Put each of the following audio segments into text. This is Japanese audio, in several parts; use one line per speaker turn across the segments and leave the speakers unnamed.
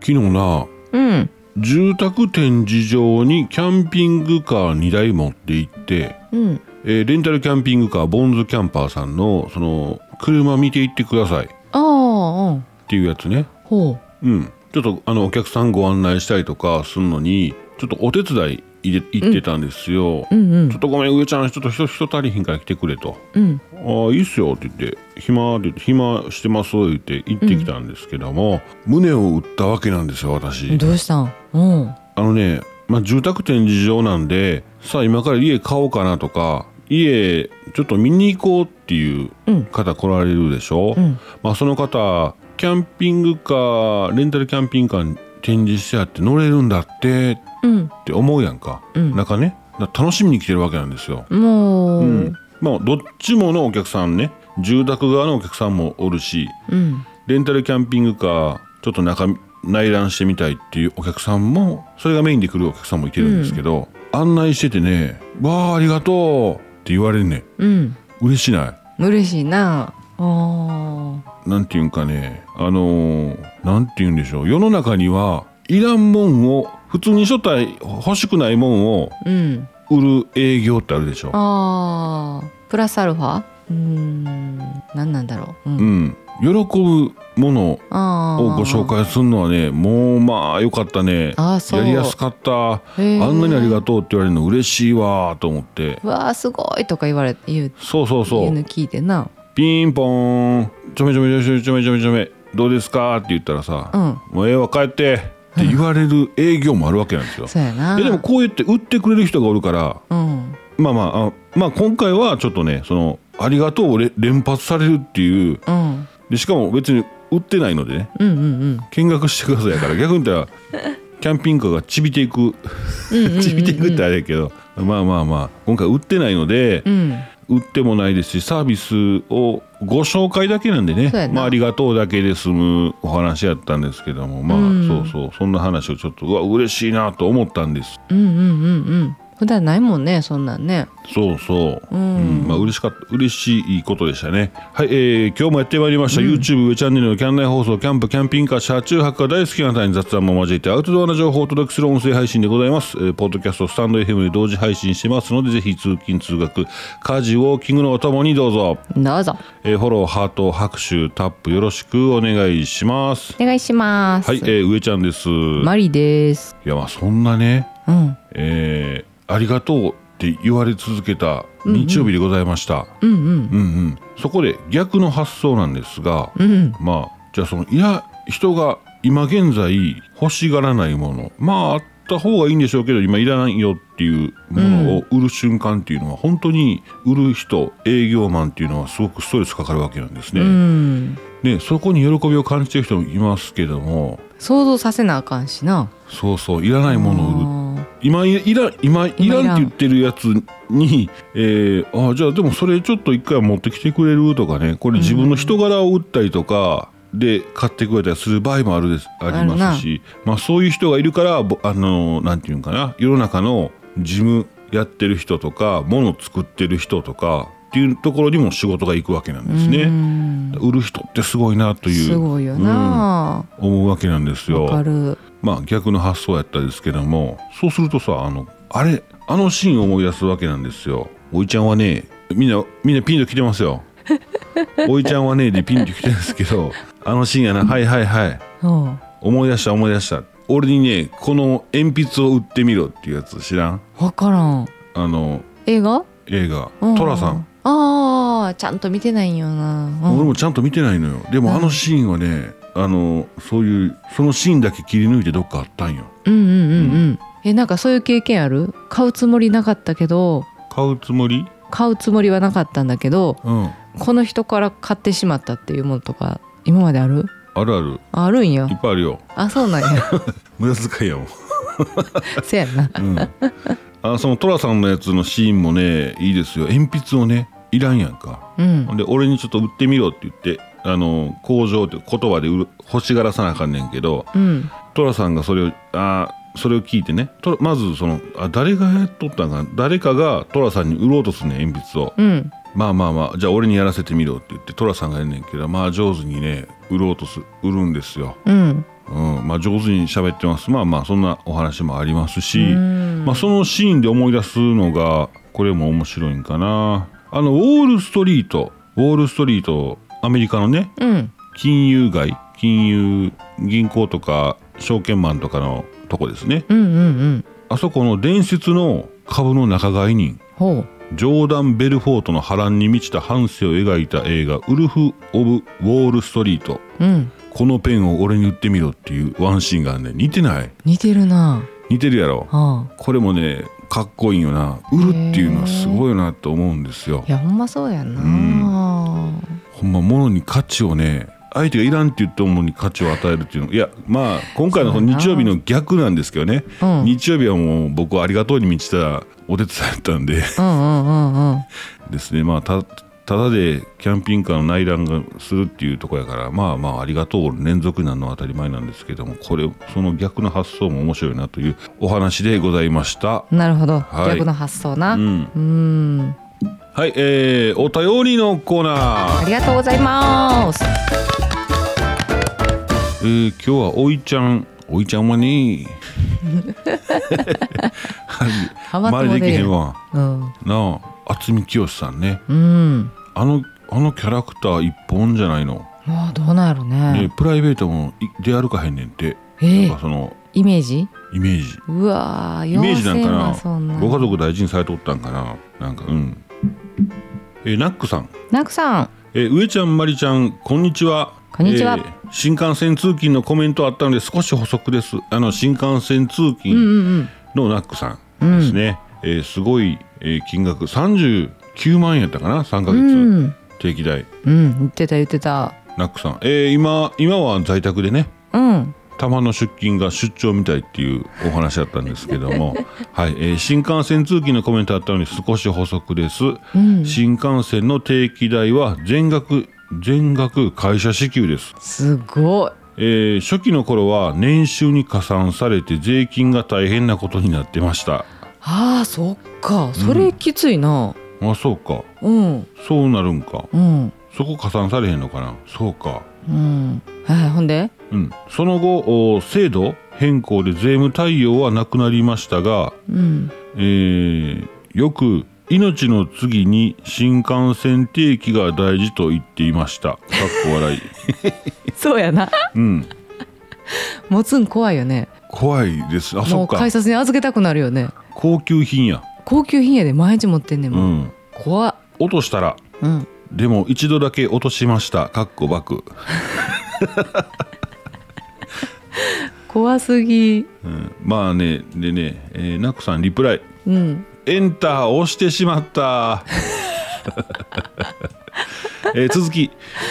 昨日な
うん
住宅展示場にキャンピングカー2台持って行って、
うん
えーレンタルキャンピングカーボンズキャンパーさんのその車見ていってくださいっ
ああうん
ていうやつね
ほ
うんちょっとあのお客さんご案内したりとかするのにちょっとお手伝い入れ行ってたんですよ、
ううんう
ちょ
ん
っとごめん上ちゃんちょっと人人足りひんから来てくれと
うん
「ああいいっすよ」って言って「暇」って言って「暇してます」言って行ってきたんですけども、胸を打ったわけなんですよ私。
どうしたんうん
あのね、まあ、住宅展示場なんでさあ今から家買おうかなとか家ちょっと見に行こうっていう
うん
方来られるでしょ、
うん
まあ、その方キャンピングカーレンタルキャンピングカーに展示してあって乗れるんだってっ
うん
て思うやんか、
うん
なんかねだから楽しみに来てるわけなんですよ。
もう
うんまあ、どっちものお客さんね住宅側のお客さんもおるし
うん
レンタルキャンピングカーちょっと中内覧してみたいっていうお客さんもそれがメインで来るお客さんもいてるんですけど、案内しててね「わあありがとう」って言われるね
うん
嬉しな
嬉しいなあー
いなんていうんかねあのーなんて言うんでしょう世の中にはいらんもんを普通に初対欲しくないもんを
うん
売る営業ってあるでしょ。
あープラスアルファうーん何なんだろう、うん
うん、喜ぶもの
あー
をご紹介するのはねもうまあよかったね
あーそう
やりやすかった
へー
あんなにありがとうって言われるの嬉しいわーと思って
うわーすごいとか言われ言う
そうそうそ
言うの
う
聞いてな
ピンポーンちょめちょめちょめちょめちょめちょめどうですかって言ったらさ、
うん
もうええわ帰ってって言われる営業もあるわけなんですよ。
そうやな
ででもこう言って売ってくれる人がおるから
うん
まあまああまあ今回はちょっとねそのありがとうをれ連発されるっていう
うん
でしかも別に売ってないのでね
うんうんうん
見学してくださいやから逆に言ったらキャンピングカーがちびていくちびていくってあれやけどまあまあまあ今回売ってないので、
うん
売ってもないですしサービスをご紹介だけなんでね
そうやな
まあ、ありがとうだけで済むお話やったんですけどもまあ、
うん
そうそうそんな話をちょっとうわ嬉しいなと思ったんです
うんうんうんうん普段ないもんねそんなんね
そうそう、
うん
うんまあ嬉しかった嬉しいことでしたねはい、えー今日もやってまいりました、YouTube 上チャンネルのキャン内放送キャンプキャンピングカー車中泊が大好きな方に雑談も交えてアウトドアの情報をお届けする音声配信でございます、えーポッドキャストスタンド FM で同時配信してますのでぜひ通勤通学家事ウォーキングのおともにどうぞ
どうぞ
えーフォロー、ハート、拍手、タップよろしくお願いします。
お願いします
はい、えー、上ちゃんです。い
マリです
や、まあそんなね、
うん
えーありがとうって言われ続けた日曜日でございました。
うんうん
うん、うん、そこで逆の発想なんですが、
うん
まあ、じゃあその、いや、人が今現在欲しがらないもの、まあ、あった方がいいんでしょうけど今いらないよっていうものを売る瞬間っていうのは、本当に売る人営業マンっていうのはすごくストレスかかるわけなんですね。
うん
ね、そこに喜びを感じてる人もいますけども
想像させなあかんしな
そうそういらないものを売る
の
今いいら今いらんって言ってるやつに、えー、あじゃあでもそれちょっと一回持ってきてくれるとかねこれ自分の人柄を売ったりとかで買ってくれたりする場合もあるですありますしまあ、そういう人がいるからぼあのなんていうんかな世の中の事務やってる人とか物を作ってる人とかっていうところにも仕事が行くわけなんですね。売る人ってすごいなという。
すごいよな
思うわけなんです
わか
よ。
る
まあ逆の発想やったですけどもそうするとさあのあれあのシーンを思い出すわけなんですよ。おいちゃんはねみんなみんなピンと来てます よ。おいちゃんはねでピンと来てるんですけどあのシーンやなはいはいはい
うん
思い出した思い出した俺にねこの鉛筆を売ってみろっていうやつ知らん
わからん
あの
映画
映画「
うん
トラさん
ああちゃんと見てないんよな、うん
俺もちゃんと見てないのよでもあのシーンはねあのそういうそのシーンだけ切り抜いてどっかあったんよ。
うんうんうんうんえなんかそういう経験ある買うつもりなかったけど
買うつもり
買うつもりはなかったんだけど
うん
この人から買ってしまったっていうものとか今まである
あるある
ああるんや
いっぱいあるよ
あそうなんや
無駄遣いやもん、
せやな
うん、あその寅さんのやつのシーンもねいいですよ鉛筆をねいらんやんか
うん
ほんで俺にちょっと売ってみろって言ってあの工場って言葉で売る欲しがらさなあかんねんけど
うん
寅さんがそれをあそれを聞いてねとまずそのあ誰がやっとったんかな誰かが寅さんに売ろうとすんねん鉛筆を
うん
まあまあまあじゃあ俺にやらせてみろって言って寅さんがやんねんけどまあ上手にね売ろうとす売るんですよ
うん
うんまあ、上手に喋ってますまあまあそんなお話もありますし、
うん
まあ、そのシーンで思い出すのがこれも面白いんかなあのウォール・ストリートウォール・ストリートアメリカのね
うん
金融街金融銀行とか証券マンとかのとこですね
うんうんうん
あそこの伝説の株の仲買人
ほう
ジョーダン・ベルフォートの波乱に満ちた半生を描いた映画「ウルフ・オブ・ウォール・ストリート」
うん
このペンを俺に売ってみろっていうワンシーンがあんねん似てない
似てるな
似てるやろ
ああ
これもねかっこいいよな売るっていうのはすごいなと思うんですよ
いやほんまそうやな、
ほんま物に価値をね相手がいらんって言ったものに価値を与えるっていうのいやまあ今回のその日曜日の逆なんですけどね、
うん
日曜日はもう僕はありがとうに満ちたお手伝いだったんで
うんうんうんうん
ですねまあたただでキャンピングカーの内覧がするっていうとこやからまあまあありがとう連続になるのは当たり前なんですけどもこれその逆の発想も面白いなというお話でございました。
なるほど、
はい
逆の発想な
う、
うんーん
はい、えー、お便りのコーナー
ありがとうございます
えー今日はおいちゃんおいちゃんはね
ハマっ
ま
て
り
も
でき
出
へ
る
んわ
うん
なあ渥美清さんね
うん
あのあのキャラクター一本じゃないの、
まあどうなんやろ
ね
ね
プライベートもい出歩かへんねんって
え
なん
え
かその
イメージ
イメージ
うわー
イメージなんか
妖精は
な
そんな
ご家族大事にされとったんかななんかうんえーナックさん
ナクさん
えー上ちゃんまりちゃんこんにちは
こんにちは
ー新幹線通勤のコメントあったので少し補足ですあの新幹線通勤、
うんうん
のナックさ
うんん
ですね、えーすごい、えー金額39万円やったかな3ヶ
う
月、
ん
定期代
うん言ってた言ってた
ナックさん、えー今今は在宅でね
うん
たまの出勤が出張みたいっていうお話だったんですけど も、はいえー新幹線通勤のコメントあったのに少し補足です、
うん
新幹線の定期代は全額全額会社支給です
すごい
えー初期の頃は年収に加算されて税金が大変なことになってました
あーそっかそれきついな
あそうか
うん
そうなるんか
うん
そこ加算されへんのかなそうか。
うんはいほんで
うん。その後、お制度変更で税務対応はなくなりましたが、
うん
えーよく、命の次に新幹線定期が大事と言っていました。かっこ笑い。
そうやな
うん。
持つん怖いよね
怖いです。あ、そ
も
っ
う
か
改。札に預けたくなるよね
高級品や。
高級品やで毎日持ってんねん
う
もん、
ん。
怖っ
落としたら、
うん
でも一度だけ落としました。かっこバク。
怖すぎ
うん。まあね、でね、えー、ナックさんリプライ。
うん
エンターを押してしまった。えー続き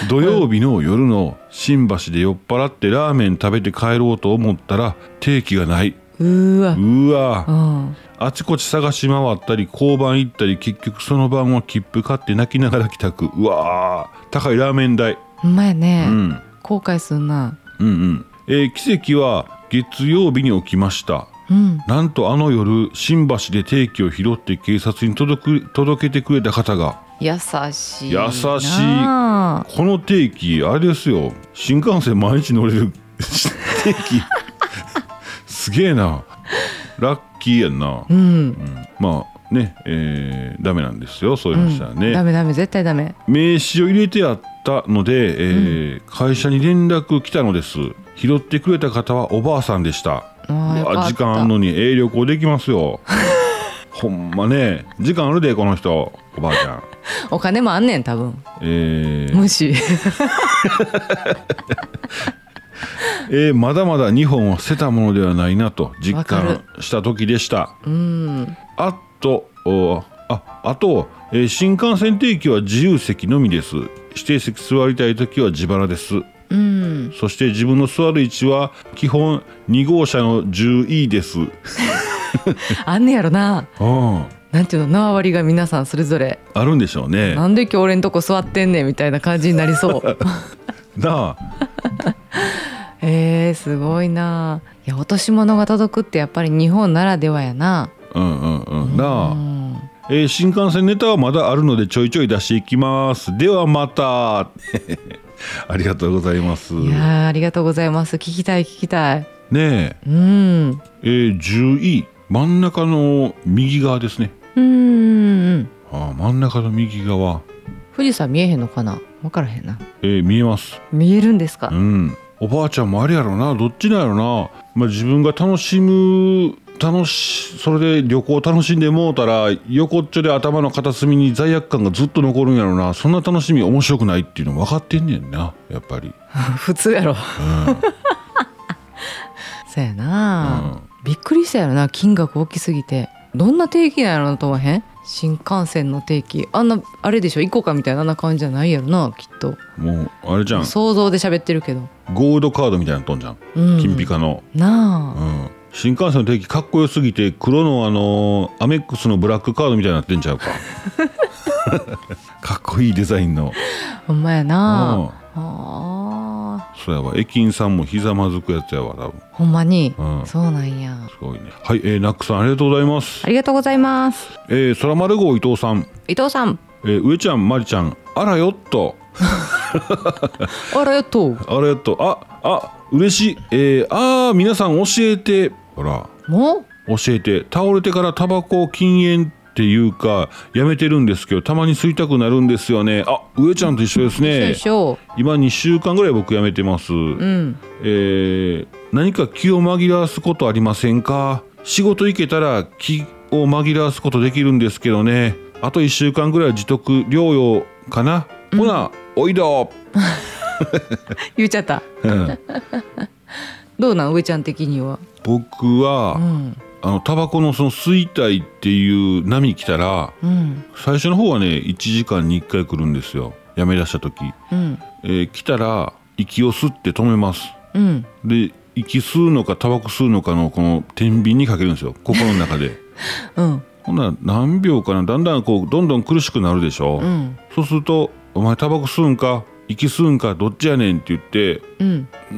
土曜日の夜の新橋で酔っ払ってラーメン食べて帰ろうと思ったら定期がないう
ーわ
うわ
うん
あちこち探し回ったり交番行ったり結局その晩は切符買って泣きながら帰宅うわー高いラーメン代、
ほんまやね、
うん、
後悔すんな
うんうんえー奇跡は月曜日に起きました
うん
なんとあの夜新橋で定期を拾って警察に届く届けてくれた方が
優しい
優しい
なあ
この定期あれですよ新幹線毎日乗れる定期 すげえなラッキーやんな、
うん、
まあねえーダメなんですよそういう話はね、
ダメダメ絶対ダメ
名刺を入れてあったので、えー会社に連絡来たのです拾ってくれた方はおばあさんでした
ああ
う
よ
わ
かった
時間あんのにええ旅行できますよほんまね時間あるでこの人おばあちゃん
お金もあんねん多分
えー
無視
えーまだまだ日本は捨てたものではないなと実
わか
感
る
した時でした
うん
あとおああと、えー新幹線定期は自由席のみです指定席座りたい時は自腹です
うん
そして自分の座る位置は基本2号車の 10E ですうん
あんねやろな
あ
なんていうの縄張りが皆さんそれぞれ
るんでしょうね
なんで今日俺んとこ座ってんねんみたいな感じになりそう
なあ
えー、すごいないや落とし物が届くってやっぱり日本ならではやな
うんうんうんな
う
あ、
ん
えー 新幹線ネタはまだあるのでちょいちょい出していきますではまたありがとうございます。
い
ね
やーありがとうございます。聞きたい聞きたい。
え、
うん。
えー、10位真ん中の右側ですね。
うん。
あー真ん中の右側、
富士山見えへんのかな。わからへんな。
えー見えます。
見えるんですか
う。ん。おばあちゃんもあれやろな、どっちなんやろな。まあ自分が楽しむ楽しそれで旅行楽しんでもうたら横っちょで頭の片隅に罪悪感がずっと残るんやろなそんな楽しみ面白くないっていうの分かってんねんなやっぱり、
普通 やろ。そうやな、びっくりしたやろな。金額大きすぎて。どんな定期なんやろなと思わへん。新幹線の定期あんなあれでしょ行こうかみたいなあんな感じじゃないやろなきっと
うん、もうあれじゃん
想像で喋ってるけど、
ゴールドカードみたいなのとんじゃん
うん、
金ピカの、
な
う
あ、
ん、新幹線の定期かっこよすぎて黒のあのーアメックスのブラックカードみたいになってんちゃうかかっこいいデザインの
ほんまや
うん
なあ
そうやわ駅員さんもひざまずくやつやわ多分
ーほんまに、
うん
そうなんや
すごいねはい、えー、ナックさんありがとうございます
ありがとうございます
えー、空丸号伊藤さん、
伊藤さん
えー、上ちゃんまりちゃんあらよっと
あらよっと
あらよっとああ嬉しいえー、あー皆さん教えてほら
もう
教えて倒れてからタバコを禁煙っていうかやめてるんですけどたまに吸いたくなるんですよねあ上ちゃんと一緒です
よ
ね
いしょ
今2週間ぐらい僕やめてます、
うん
えー何か気を紛らわすことありませんか仕事行けたら気を紛らわすことできるんですけどねあと1週間ぐらい自宅療養かな、ほなおいど、
言っちゃった
うん
どうなん上ちゃん的には
僕は、
うん
あのタバコのその吸いたいっていう波来たら
うん
最初の方はね1時間に1回来るんですよやめだした時、
うん
えー来たら息を吸って止めます
うん
で息吸うのかタバコ吸うのかのこの天秤にかけるんですよ心の中で。
うん
ほんなら何秒かなだんだんこうどんどん苦しくなるでしょ、
うん
そうすると「お前タバコ吸うんか息吸うんかどっちやねん」って言って
うん
う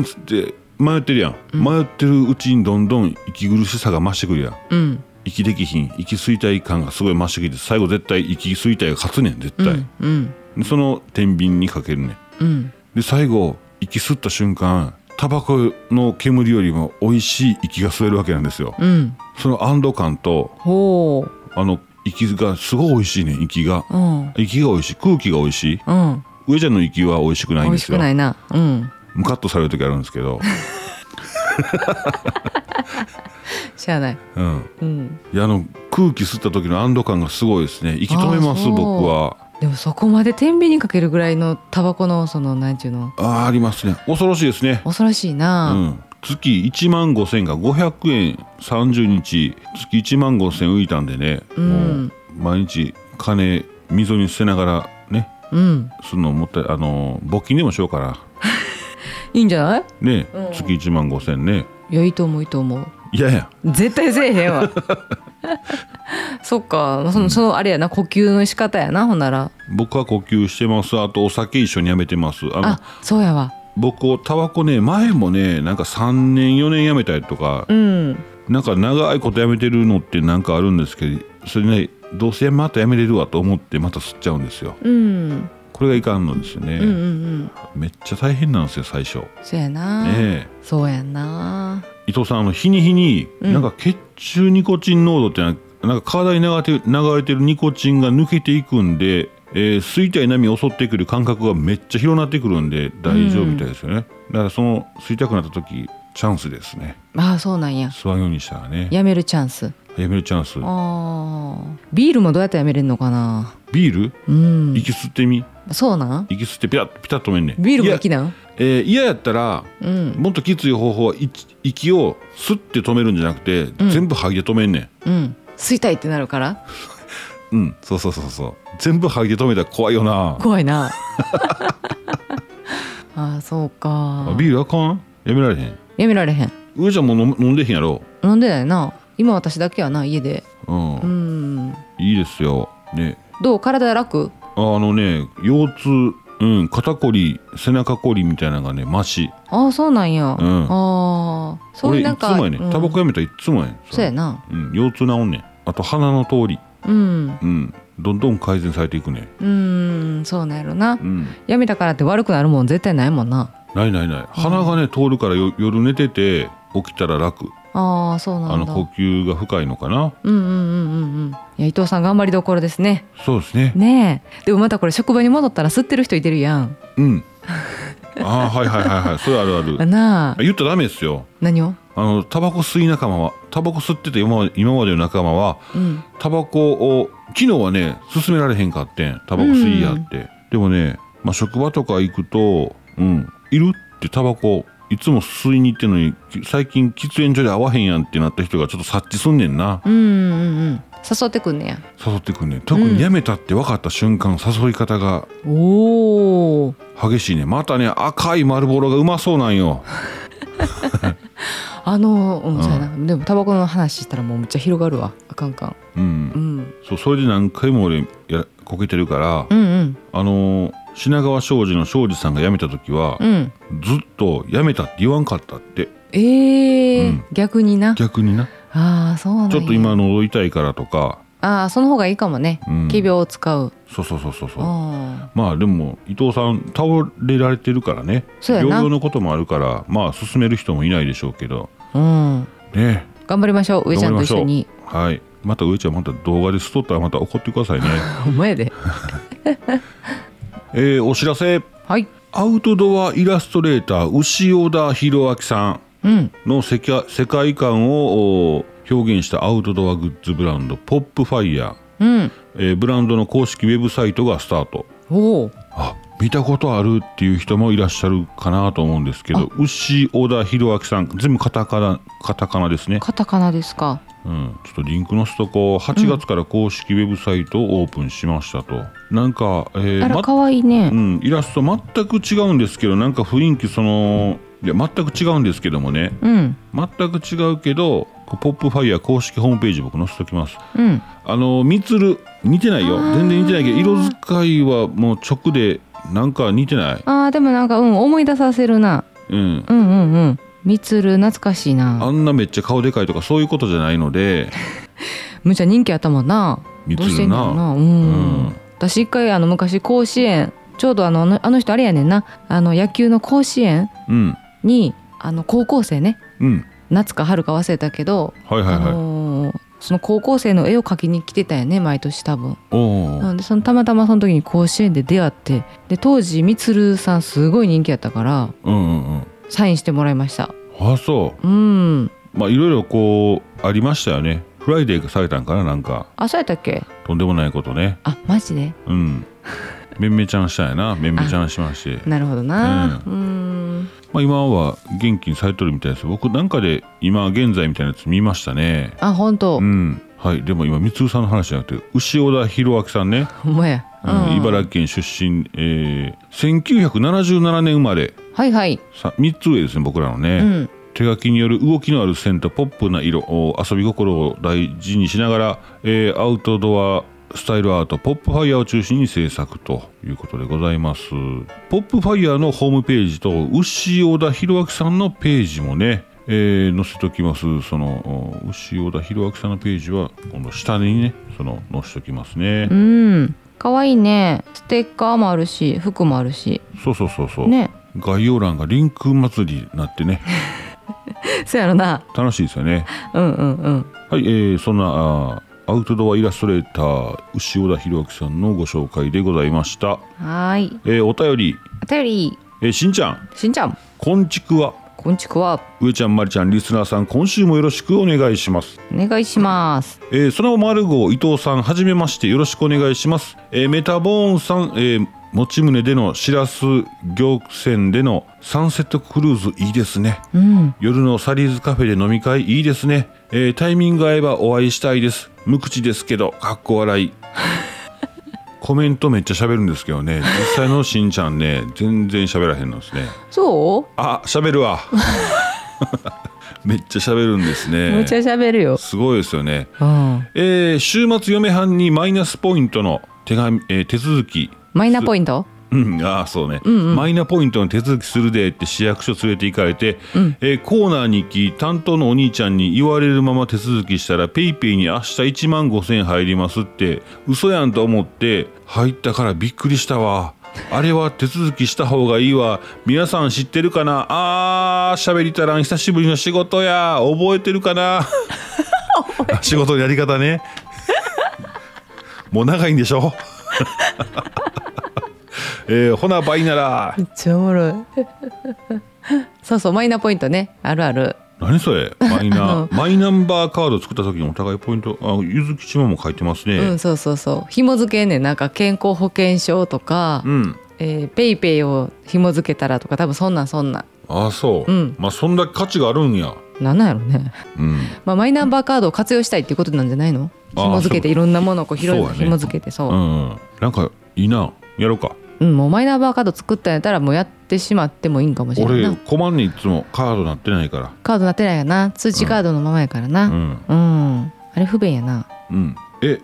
んつって迷ってるやん、迷ってるうちにどんどん息苦しさが増してくるやん
うん
息できひん息吸いたい感がすごい増してきて最後絶対息吸いたいが勝つねん絶対、
うん
でその天秤にかけるねん
うん
で最後息吸った瞬間タバコの煙よりも美味しい息が吸えるわけなんですよ
うん
その安堵感と
ほ
あの息がすごい美味しいね息が
ううん
息が美味しい空気が美味しい
うん
上ちゃんの息は美味しくない
美
んで
味し
す
く
よ
ないなうん
ムカッとされる時あるんですけ ど、
しゃあない
うん、
うん
いやあの空気吸った時の安堵感がすごいですね息止めま
あー
す
そう
僕は
でもそこまで天秤にかけるぐらいのタバコのそのなんていうの
あーありますね恐ろしいですね、
恐ろしいうな、
ん、月1万5000が500円30日月1万5000浮いたんでね、
うん
もう毎日金溝に捨てながらね
うん、
そのもったいあのー募金でもしようかない
いんじゃない
ね、
うん
月1万5000ね
いやいいと思ういいと思う
いやいや
絶対せえへんわ そっかそのそのあれやな呼吸の仕方やなほんなら
僕は呼吸してますあとお酒一緒にやめてますあの
あそうやわ
僕タバコね前もねなんか3年4年やめたりとか
うん
なんか長いことやめてるのってなんかあるんですけどそれねどうせまたやめれるわと思ってまた吸っちゃうんですよ
うん、
これがいかんのですよね、
うんうんうん
めっちゃ大変なんですよ最初ね
そうやな、
え
そうやな
伊藤さんあの日に日になんか血中ニコチン濃度ってななんか体に流れてる流れてるニコチンが抜けていくんで、えー吸いたい波襲ってくる感覚がめっちゃ広なってくるんで大丈夫みたいですよね、だからその吸いたくなった時チャンスですね
ああそうなんや
吸わんようにしたらねや
やめるチャンス
めるチャンス
あービールもどうやってやめれんのかな
ビール
うん
息吸ってみ
そうなん
息吸ってピタッピタッと止めんねん
ビール
い
も
や
好きなん
えー嫌やったら
うん
もっときつい方法は息息を吸って止めるんじゃなくて、
ん
全部吐いて止めんねん
うん吸いたいってなるから
うんそうそうそうそう全部吐いて止めたら怖いよな
怖い なあーそうか
あビールあかんやめられへん
やめられへん
上ちゃんも飲む飲んでへんやろ
飲んでないな今私だけやな家で
うん、
うん
いいですよね
どう体楽
あのね腰痛うん肩こり背中こりみたいなのがねマシ
ああそうなんや、
うん
ああそう
俺
いう
い
なん
つ
か
もやね
うん
タバコやめたらいつもやねん
そうやな
うん、腰痛治んねんあと鼻の通り
うん
うんどんどん改善されていくね
うーんそうなんやろな
うん
やめたからって悪くなるもん絶対ないもんな
ないないない鼻がね通るからよ夜寝てて起きたら楽
ああそうな
あ
ん
の
だ
呼吸が深いのかな
うんうんうんうんうんいや伊藤さん頑張りどころですね
そうですね
ねえでもまたこれ職場に戻ったら吸ってる人いてるやん
うんあーはいはいはいはいそれあるある
なあ
言ったらダメですよ
何を
あのタバコ吸い仲間はタバコ吸ってて今まで今までの仲間は
うん
タバコを昨日はね勧められへんかってんタバコ吸いやって、でもね、まあ、職場とか行くと「うんいる?」ってタバコいつも吸いに行ってんのにき最近喫煙所で会わへんやんってなった人がちょっと察知すんねんな
うんうんうん誘ってくんねや
誘ってくんねん特にやめたって分かった瞬間誘い方が
おお
激しいねまたね赤い丸ボロがうまそうなんよ
あのうん、
うん
そうやなでもタバコの話したらもうめっちゃ広がるわあかんかん、
う
うんん、
そうそれで何回も俺やこけてるから、
うんうん
あのー品川庄司の庄司さんが辞めた時は、
うん
ずっと辞めたって言わんかったって
ええ
うん
逆にな
逆にな
ああそうなんや
ちょっと今喉痛いからとか、
ああその方がいいかもね
うん
仮病を使う、
そうそうそうそうそう
あ
まあでも伊藤さん倒れられてるからね
そうやな
療養のこともあるからまあ勧める人もいないでしょうけど
あうん
ね
頑張りましょう上ちゃんと一緒に
はいまた上ちゃんまた動画でストったらまた怒ってくださいね
お 前で
えーお知らせ
はい
アウトドアイラストレーター牛尾田博明さん
うん
の世界世界観をお表現したアウトドアグッズブランドポップファイヤー
うん
えーブランドの公式ウェブサイトがスタート
おお
あ見たことあるっていう人もいらっしゃるかなと思うんですけど牛小田博明さん全部カタカナカタカナですね、
カタカナですか
うん、ちょっとリンク載せとこう8月から公式ウェブサイトをオープンしましたと、なんか、えー
あら
ま
可愛いね
うん、イラスト全く違うんですけどなんか雰囲気そのいや全く違うんですけどもね
うん
全く違うけどこうポップファイヤー公式ホームページ僕載せときます
うん
あのみつる似てないよ
あー
全然似てないけど色使いはもう直でなんか似てない
あーでもなんかうん思い出させるな
うん
うんうんうんみつる懐かしい
あ
なん
なめっちゃ顔でかいとかそういうことじゃないので
むちゃ人気あったもんな
みつ
どうして
る
んだろ
な
うなう
うん
ん私一回あの昔甲子園ちょうどあのあのあの人あれやねんなあの野球の甲子園
うん
にあの高校生ね
うん
夏か春か忘れたけど、
はいはい
あ
はい
のーその高校生の絵を描きに来てたよね毎年多分
おお
なんでそのたまたまその時に甲子園で出会ってで当時みつるさんすごい人気やったから
うんうんうん
サインしてもらいました
あそ
うん
うまあいろいろこうありましたよねフライデーがされたんかななんか
あそうやったっけ
とんでもないことね
あマジで
うんめんめちゃんしたんやなめんめちゃんしまして
なるほどな
う
うんん
まあ今は元気にされてるみたいです僕なんかで今現在みたいなやつ見ましたね
あ本当、
うん、はい、でも今三つさんの話じゃなくて牛尾田弘明さんね、
ほんまや、
うん
うん
茨城県出身、えー、1977年生まれ
はいはい
さ三つ上ですね僕らのね、
うん
手書きによる動きのある線とポップな色お遊び心を大事にしながら、えーアウトドアスタイルアートポップファイヤーを中心に制作ということでございますポップファイヤーのホームページと牛尾田博明さんのページもね、えー載せときますそのお牛尾田博明さんのページはこの下にねその載せときますね、
うん可愛いねステッカーもあるし服もあるし
そうそうそうそう、
ね
概要欄がリンク祭りになってね
そうやろな
楽しいですよね
うんうんうん
はい、えーそんなあーアウトドアイラストレーター牛尾田博明さんのご紹介でございました、
はーい
えーお便り、
お便り
えーしんちゃん
しんちゃん
こんちくわ
こんちくわ
上ちゃんまりちゃんリスナーさん今週もよろしくお願いします
お願いします
えー、その丸号伊藤さんはじめましてよろしくお願いします、えーメタボーンさん、えー、持ち胸でのしらす漁船でのサンセットクルーズいいですね
うん
夜のサリーズカフェで飲み会いいですね、えータイミング合えばお会いしたいです無口ですけどかっこ笑 いコメントめっちゃ喋るんですけどね実際のしんちゃんね全然喋らへんのですね
そ
あ喋る わ めっちゃ喋るんです
うむちゃ
ね
喋るよ
すごいですよね
うん
えー週末嫁はんにマイナスポイントの手紙、えー手続き
マイナポイント
ううん、ああそうね、
うんうん
マイナポイントの手続きするでって市役所連れて行かれて、
うん
えーコーナーに行き担当のお兄ちゃんに言われるまま手続きしたらペイペイに明日1万5千円入りますって嘘やんと思って入ったからびっくりしたわあれは手続きした方がいいわ皆さん知ってるかなあー喋りたらん久しぶりの仕事や覚えてるか なあ仕事のやり方ねもう長いんでしょえーほな倍なら
めっちゃおもろい そうそうマイナポイントねあるある
何それマイ
あ
ナ
の
マイナンバーカード作った時にお互いポイントあゆずきちまも書いてます
う
ね
んそうそうそう紐付けんねんなんか健康保険証とか、
うん、
えーペイペイを紐付けたらとか多分そんなんそんなん
ああそう、
うん
まあそんだけ価値があるんや
なんなんやろね、
うん
まあ、マイナンバーカードを活用したいっていうことなんじゃないの
あー
紐付けて
そう
いろんなものをこう拾い
そうやね
紐付けてそう
う、んうんなんかいいなやろうか
うんもうマイナンバーカード作ったんやったらもうやってしまってもいいんかもしれない
俺
な
困んねんいつもカードなってないから
カードなってないやな通知カードのままやからな
う
うん、
ん
あれ不便やな
うんえ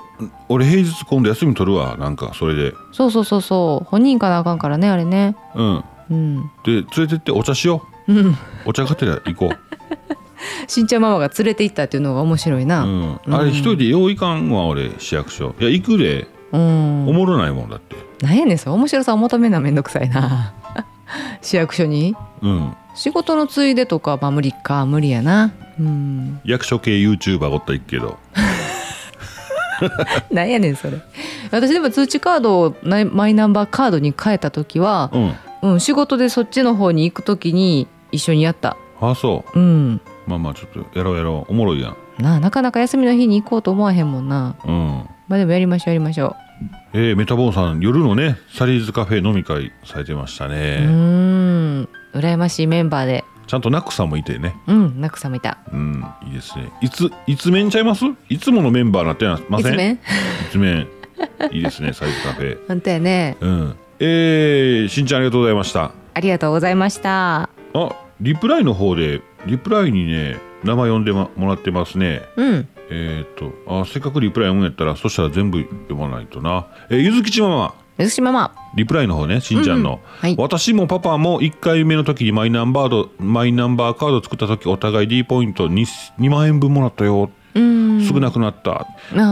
俺平日今度休み取るわなんかそれで
そうそうそうそう本人かなあかんからねあれね
うん
うん
で連れてってお茶しよ
うん
うお茶がてら行こう、
しんちゃんママが連れて行ったっていうのが面白いな
うん、あれ一人でよういかんわ俺市役所いや行くで
うん、
おもろないもんだって
なんやねんそれ面白さを求めなめんどくさいな 市役所に
うん
仕事のついでとかまあ無理か無理やなうん
役所系 YouTuber おったらいいけど
なんやねんそれ私でも通知カードをなマイナンバーカードに変えた時は
うん
うん、仕事でそっちの方に行くときに一緒にやった。
ああそ
うん。
うまあまあちょっとやろうやろうおもろいやん
なあなかなか休みの日に行こうと思わへんもんな。
うん
まあでもやりましょうやりましょ
えー、メタボーンさん夜のねサリーズカフェ飲み会されてました
う。うー
ね、
ん。羨ましいメンバーで。
ちゃんとナックさんもいてね
うん、ナクさんもいた。
うんいいですねいついつ面ちゃいますいつものメンバーなってま
い
せ
つ
んい
めん
つ面いいですねサリーズカフェ
本当やね。
うんえー、しんちゃんありがとうございました
ありがとうございました。
あリプライの方でリプライにね名前呼んでまもらってますね
うん。
えー、とあせっかくリプライ読むんやったらそしたら全部読まないとな、えー、ゆずきちママ
水島ママ。
リプライの方ねしんちゃんの、
うんはい
私もパパも1回目の時にマイナンバードマイナンバーカード作った時お互い D ポイント 2, 2万円分もらったよ
うーん。
少なくなった、
あ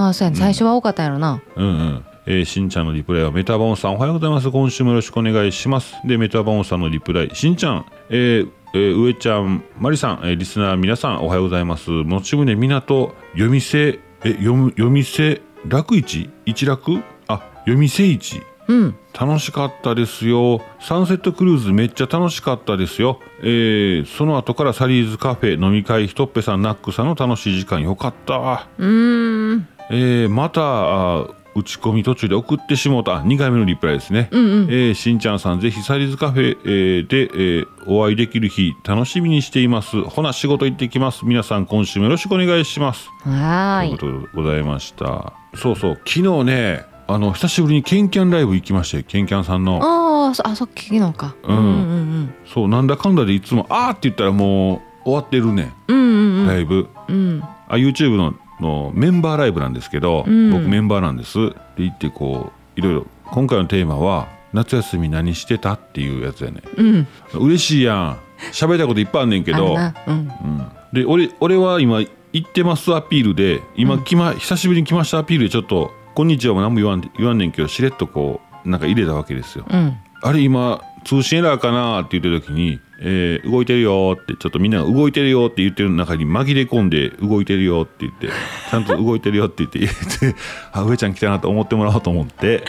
あ、そうやね。最初は多かったんやろな。
うんうんえーしんちゃんのリプライはメタボンさんおはようございます今週もよろしくお願いしますでメタボンさんのリプライしんちゃんえーえー上ちゃんまりさん、えーリスナー皆さんおはようございます持ち船港夜店え読む夜店楽市一楽あ夜店市
うん。
楽しかったですよサンセットクルーズめっちゃ楽しかったですよ、えーその後からサリーズカフェ飲み会ひとっぺさんナックさんの楽しい時間よかった
うーん。
えーまたあー打ち込み途中で送ってしもうた2回目のリプライですね、えーしんちゃんさんぜひサリーズカフェ、えーで、えーお会いできる日楽しみにしていますほな仕事行ってきます皆さん今週もよろしくお願いします
は
と
ー
いう
い。
ことでございましたそうそう昨日ねあの久しぶりにケンキャンライブ行きましてケンキャンさんの
ああ、そあ、さっき昨日か。
うん
うんうん
そうなんだかんだでいつも「あー」って言ったらもう終わってるね
うん。うんうん
ライブ、
うん。
あ YouTube ののメンバーライブなんですけど、
うん
僕メンバーなんですで行ってこういろいろ今回のテーマは「夏休み何してた?」っていうやつやね
うん。
嬉しいやん喋りたいこといっぱいあんねんけ
け
ど、
う
う
ん。
んで俺俺は今行ってますアピールで今来、ま久しぶりに来ましたアピールでちょっと「こんにちは」も何も言わん言わんねんけどしれっとこうなんか入れたわけですよ
うん。
あれ今通信エラーかなって言ってる時に、えー動いてるよーってちょっとみんなが動いてるよって言ってる中に紛れ込んで動いてるよって言って ちゃんと動いてるよって言って言って あ上ちゃん来たなと思ってもらおうと思 って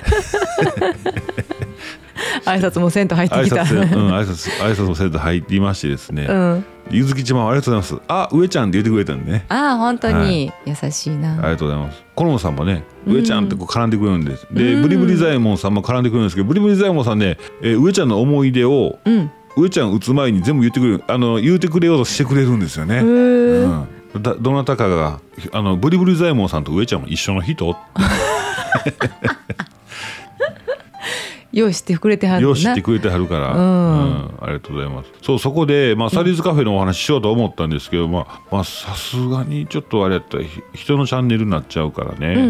挨拶もせんと入って
挨
きた。
拶,、うん、挨拶挨拶もせず入りましてですね、
うん。
ゆずきちまんありがとうございますあ上ちゃんって言ってくれたんでね
ああ本当に優しい
あ
な。
りがとうございます。コロンさんもね、上ちゃんってこう絡んでくるんです。で、ブリブリザイモンさんも絡んでくるんですけど、ブリブリザイモンさんね、えー上ちゃんの思い出を
うん。
上ちゃん打つ前に全部言ってくれるあの言うてくれようとしてくれるんですよね、
へ
うん、だどなたかがあのブリブリ左衛門さんと上ちゃんも一緒の人って
用意してくれてはる
よ
ん
しっ
な
てくれてはるから、
うん
うんありがとうございますそうそこで、まあ、サリーズカフェのお話しようと思ったんですけど、まあまあさすがにちょっとあれやったらひ人のチャンネルになっちゃうからね、
うんうんうん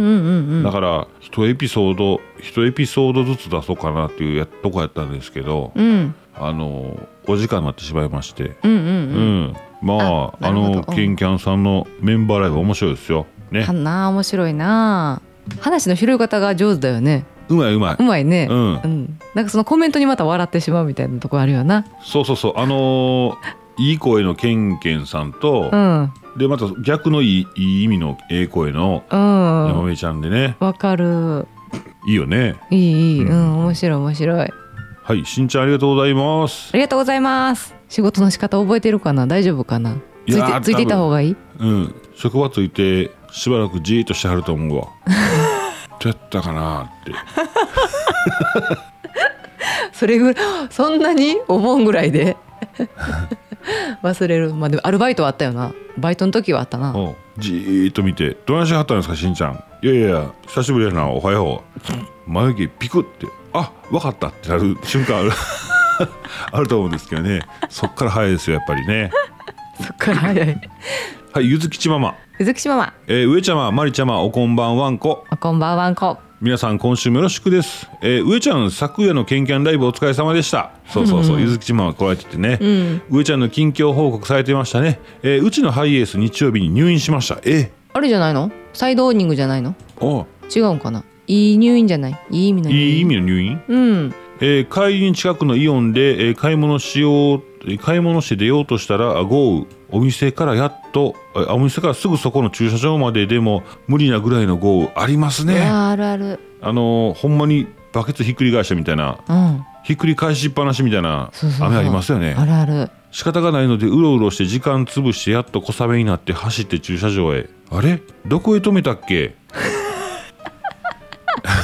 うん
だから一エピソード一エピソードずつ出そうかなっていうやとこやったんですけど、
うん
あのお時間になってしまいまして、
うんう
うん
んうん
まああ
あなるほど
のケンキャンさんのメンバーライブ面白いですよね
かな面白いな話の拾い方が上手だよね
うまいうまいう
まいね
うん
うん、なんかそのコメントにまた笑ってしまうみたいなとこあるよな
そうそうそうあのーいい声のケンケンさんと、
うん
でまた逆のいいいい意味のええ声の
うん
山目ちゃんでね、
わかる
いいよね
いいいい、
う
うんん、面白い面白いあ
はいしんちゃんありがとうございます
りがとうございます仕事の仕方覚えてるかな大丈夫かないつい
やー
てついていた方がいい
うん職場ついてしばらくじーっとしてはると 思うわどうやったかなって
それぐらいそんなにお盆ぐらいで 忘れるまあでもアルバイトはあったよなバイトの時はあったな
おうじーっと見て「どないしはったんですかしんちゃん」「いやいやいや久しぶりやなおはよう」眉毛ピクって「あわかった」ってな る瞬間ある あると思うんですけどねそっから早いですよやっぱりね
そっから早 い
はいゆずきちママ、
鈴木ママ
えー、上ちゃままりちゃまおこんばんわんこ
あこんばんはんこ
皆さん今週もよろしくです、えー、上ちゃん昨夜のケンキャンライブお疲れ様でしたそうそうそう、ゆずきちママ来られててね、上ちゃんの近況報告されてましたね、えー、うちのハイエース日曜日に入院しましたえ
あれじゃないのサイドオーニングじゃないの
お
違うんかないい入院じゃないいい意味の入院
いい意味の入院
うん
えー帰りに近くのイオンで、えー買い物しようえー買い物して出ようとしたらあ豪雨お店からやっとあお店からすぐそこの駐車場まででも無理なぐらいの豪雨あります
う
ね
わあるある
あのーほんまにバケツひっくり返したみたいな
うん
ひっくり返しっぱなしみたいな
そうそうそう
雨ありますよね
あるある
仕方がないのでうろうろして時間潰してやっと小雨になって走って駐車場へあれどこへ止めたっけ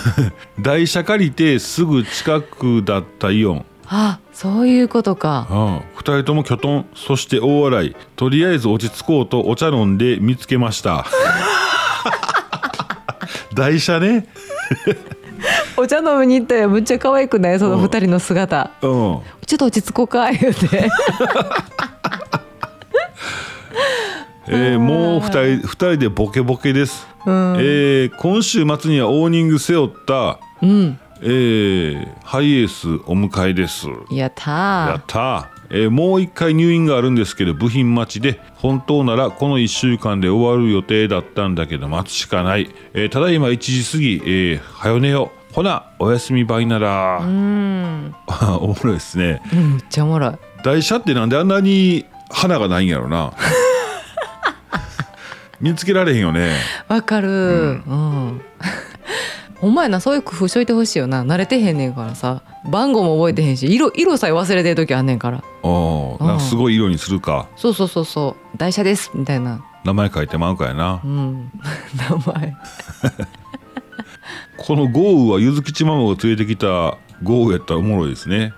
台車借りてすぐ近くだったイオン
あそういうことか
ああ2人ともきょとんそして大笑いとりあえず落ち着こうとお茶飲んで見つけました 台車ね
お茶飲みに行ったよむっちゃ可愛くないその二人の姿、
うん
ちょっと落ち着こうか言う て
えーもう2人二人でボケボケです、
うん
えー今週末にはオーニング背負った、
うん
えーハイエースお迎えです
やった
や
ー
ったーえーもう1回入院があるんですけど部品待ちで本当ならこの1週間で終わる予定だったんだけど待つしかない、えーただいま1時過ぎ、えー、はよ寝ようほなおやすみばいなら、
うん
おもろいですね
うんむっちゃおもろい
台車ってなんであんなに花がないんやろ な見つけられへんよね
わかるうん、お前なそういう工夫しといてほしいよな慣れてへんねんからさ番号も覚えてへんし色色さえ忘れてる時あんねんから
おーなんかすごい色にするか
そうそうそうそう台車ですみたいな
名前書いてまうかやな
うん 名前
この豪雨はゆずきちママが連れてきた豪雨やったらおもろいですね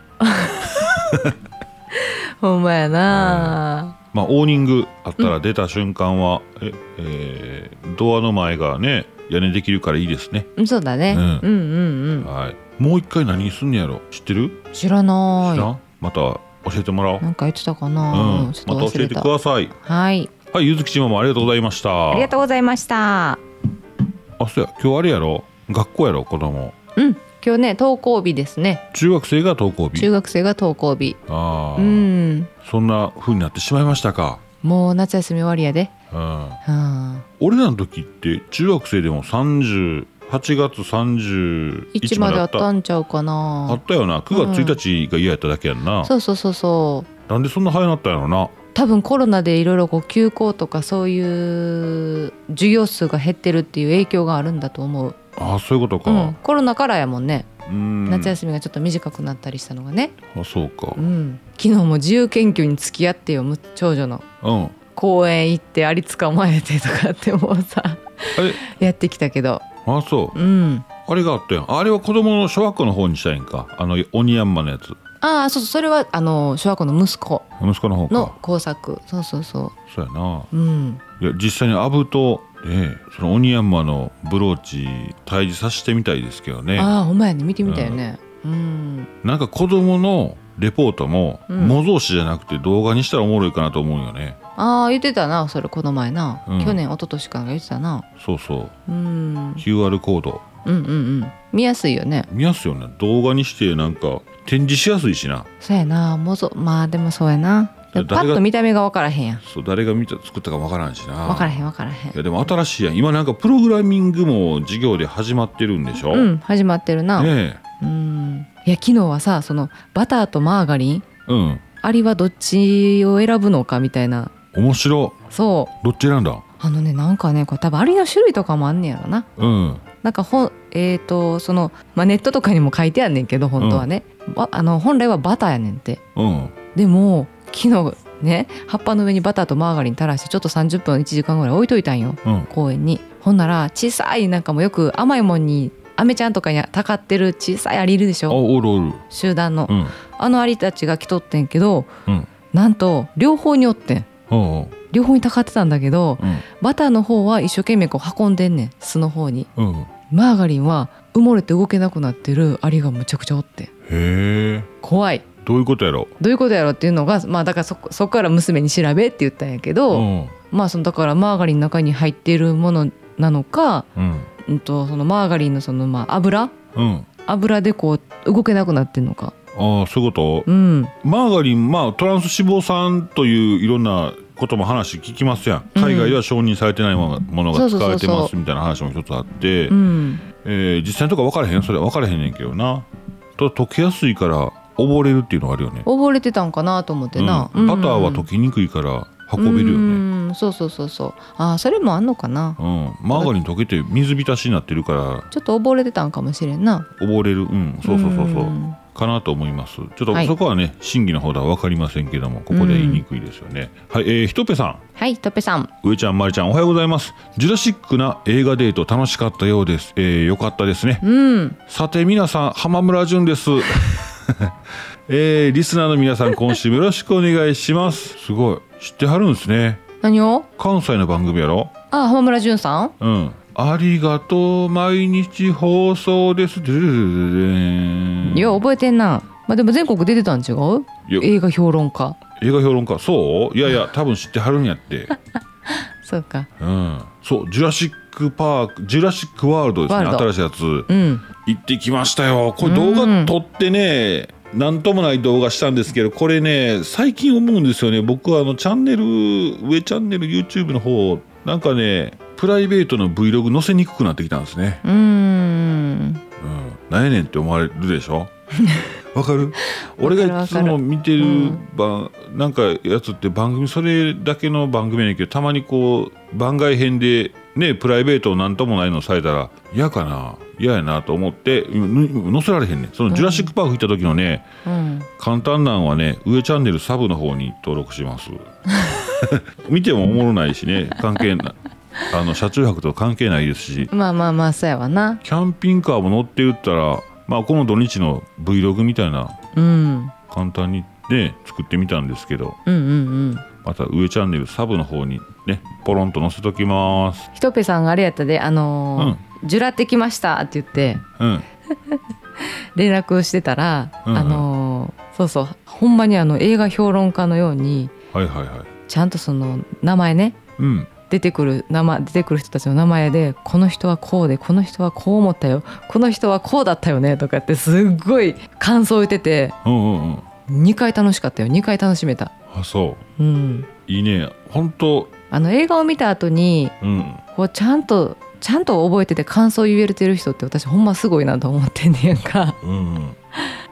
ほんまやな
まあ、オーニングあったら出た瞬間は、ええードアの前がね屋根できるからいいですね、
うんそうだね、
う
うんん、うんうん
はいもう一回何すんねやろ知ってる
知らな
知
い
ら
なん
また教えてもらおう、
んか言ってたか
う
な、
ん
うん、
ま
ち
た
ょっと
教
忘
え
れ
て
た
ください
はい
はいゆずきちママありがとうございました
ありがとうございました
あそうや今日あれやろ学校やろ子供
うん今日ね登校日ですね
中学生が登校日
中学生が登校日
ああ、
うん
そんな風になってしまいましたか、
もう夏休み終わりやで
うん、
うん
俺らの時って中学生でも38月31
1
ま
ま
で
で
あ
あ
っ
ったたんちゃうか
あ
な
ったよな9月1日が嫌やっただけやんな、
そうそうそうそう
なんでそんな早なったんやろな
多分コロナでいろいろこう休校とかそういう授業数が減ってるっていう影響があるんだと思う、
ああそういうこと
う
か
ん、コロナからやもんね、
うーん
夏休みがちょっと短くなったりしたのがね、
あそうか
うん、昨日も自由研究に付き合ってよむ長女の
うんあ
公園行ってアリ捕まえてとかってもうさ
れ
やってきたけど
あそう
うん
あれがあったやんあれは子供の小学校の方にしたいんかあの鬼ヤンマのやつ
ああそうそうそれはあの小学校の息子
息子の方か
の工作そうそうそ
そうやな
ううん
いや実際にアブとええその鬼ヤンマのブローチ退治させてみたいですけどね
ああお前ね見てみたよね、うん
なんか子供のレポートも
うん
模造紙じゃなくて動画にしたらおもろいかなと思うよね、
ああ言ってたなそれこの前な、
うん
去年一昨年かなんか言ってたな
そうそう
うんうん
QR コード
うんうん見やすいよね
見やすいよね動画にしてなんか展示しやすいしな
そうやなもぞまあでもそうやなパ
誰が
ッと見た目が分からへんやん
そう誰が見た作ったかわからんしな
分からへん分からへん
いやでも新しいやん今なんかプログラミングも授業で始まってるんでしょ、
うん始まってるな、
ね
うんいや昨日はさそのバターとマーガリン
えうん
ありはどっちを選ぶのかみたいな
面白
そう
どっち選んだ
あのねなんかねこれ多分アリの種類とかもあんねやろな
うん
なんかほんえー、とその、まあ、ネットとかにも書いてあんねんけど本当はね、ばあの本来はバターやねんって
うん
でも昨日ね葉っぱの上にバターとマーガリン垂らしてちょっと30分1時間ぐらい置いといたんよ
うん
公園にほんなら小さいなんかもうよく甘いもんにアメちゃんとかにたかってる小さいアリいるでし
あ
ょ
おるおる
集団の、
うん
あのアリたちが来とってんけど
うん
なんと両方におってん
うんうん
両方にたかってたんだけど
うん
バターの方は一生懸命こう運んでんねん巣の方に
うん
マーガリンは埋もれて動けなくなってるアリがむちゃくちゃおってん
へえ
怖い
どういうことやろ
どういうことやろっていうのがまあだからそこそこから娘に調べって言ったんやけど、
うん
まあそのだからマーガリンの中に入っているものなのか、
うん
うん、とそのマーガリンのそのまあ油
うん
油でこう動けなくなってんのか
ああそういうこと
うん
マーガリンまあトランス脂肪酸といういろんなことも話聞きますやん海外では承認されてないものものが使われて
そうそう
ま
そうそ
すみたいな話も一つあって、
うん
えー実際のとこは分からへんよそれは分からへんねんけどなただ溶けやすいから溺れるっていうのがあるよね
溺れてたんかなと思ってな、
うんバターは溶けにくいから運べるよね、うん
ねそうそうそうそうああそれもあんのかな
マーガリン溶けて水浸しになってるから
ちょっと溺れてたんかもしれんな
溺れるうんそうそうそうそう
うん
かなと思いますちょっと
はい
そこはね、審議の方では分かりませんけどもここで言いにくいですよね、はいえーひとぺさん
はいトペさん
上ちゃんまりちゃんおはようございますジュラシックな映画デート楽しかったようですえー、よかったですね
うん
さて皆さん浜村淳です えー、リスナーの皆さん今週もよろしくお願いしますすごい知ってはるんですね
何を
関西の番組やろ
あ浜村淳さん
うんありがとう毎日放送ですドゥルルルルルーン
いや覚えてんなまあでも全国出てたん違う
いや
映画評論家
映画評論家そういやいや多分知ってはるんやって
そうか
うんそうジュラシックパークジュラシックワールドですね
ワールド
新しいやつ
うん
行ってきましたよこれ動画撮ってね何ともない動画したんですけどこれね最近思うんですよね僕はあのチャンネル上チャンネル YouTube の方なんかねプライベートの Vlog 載せにくくなってきたんですね、
うーん
うん、何やねんって思われるでしょ わかる俺がいつ
わかる
も
わか
見てる
うん
番、なんかやつって番組それだけの番組やねんけどたまにこう番外編でねプライベートなんともないのされたら嫌かな嫌やなと思ってうん載せられへんねんその「ジュラシック・パーク」行った時のね、
うん
簡単なんはね上チャンネルサブの方に登録します 見てもおもろないしね関係ないあの車中泊と関係ないですし
まあまあまあそうやわな
キャンピングカーも乗って言ったらまあこの土日の Vlog みたいな
うん
簡単にね作ってみたんですけど
うんうんうん
また上チャンネルサブの方にねポロンと載せときます
ひとぺさんがあれやったで「あのージュラってきました」って言って
うん
連絡をしてたら、
うんうん
あのーそうそうほんまにあの映画評論家のように
はいはいはい
ちゃんとその名前ね
うん
出てくる名前出てくる人たちの名前でこの人はこうでこの人はこう思ったよこの人はこうだったよねとかってすっごい感想を言ってて
うんうんうん
2回楽しかったよ2回楽しめた。
あそ
うん、
ういいねほんと
あの映画を見た後に
うん
こうちゃんとちゃんと覚えてて感想言えてる人って私ほんますごいなと思ってんねやんか
うんうん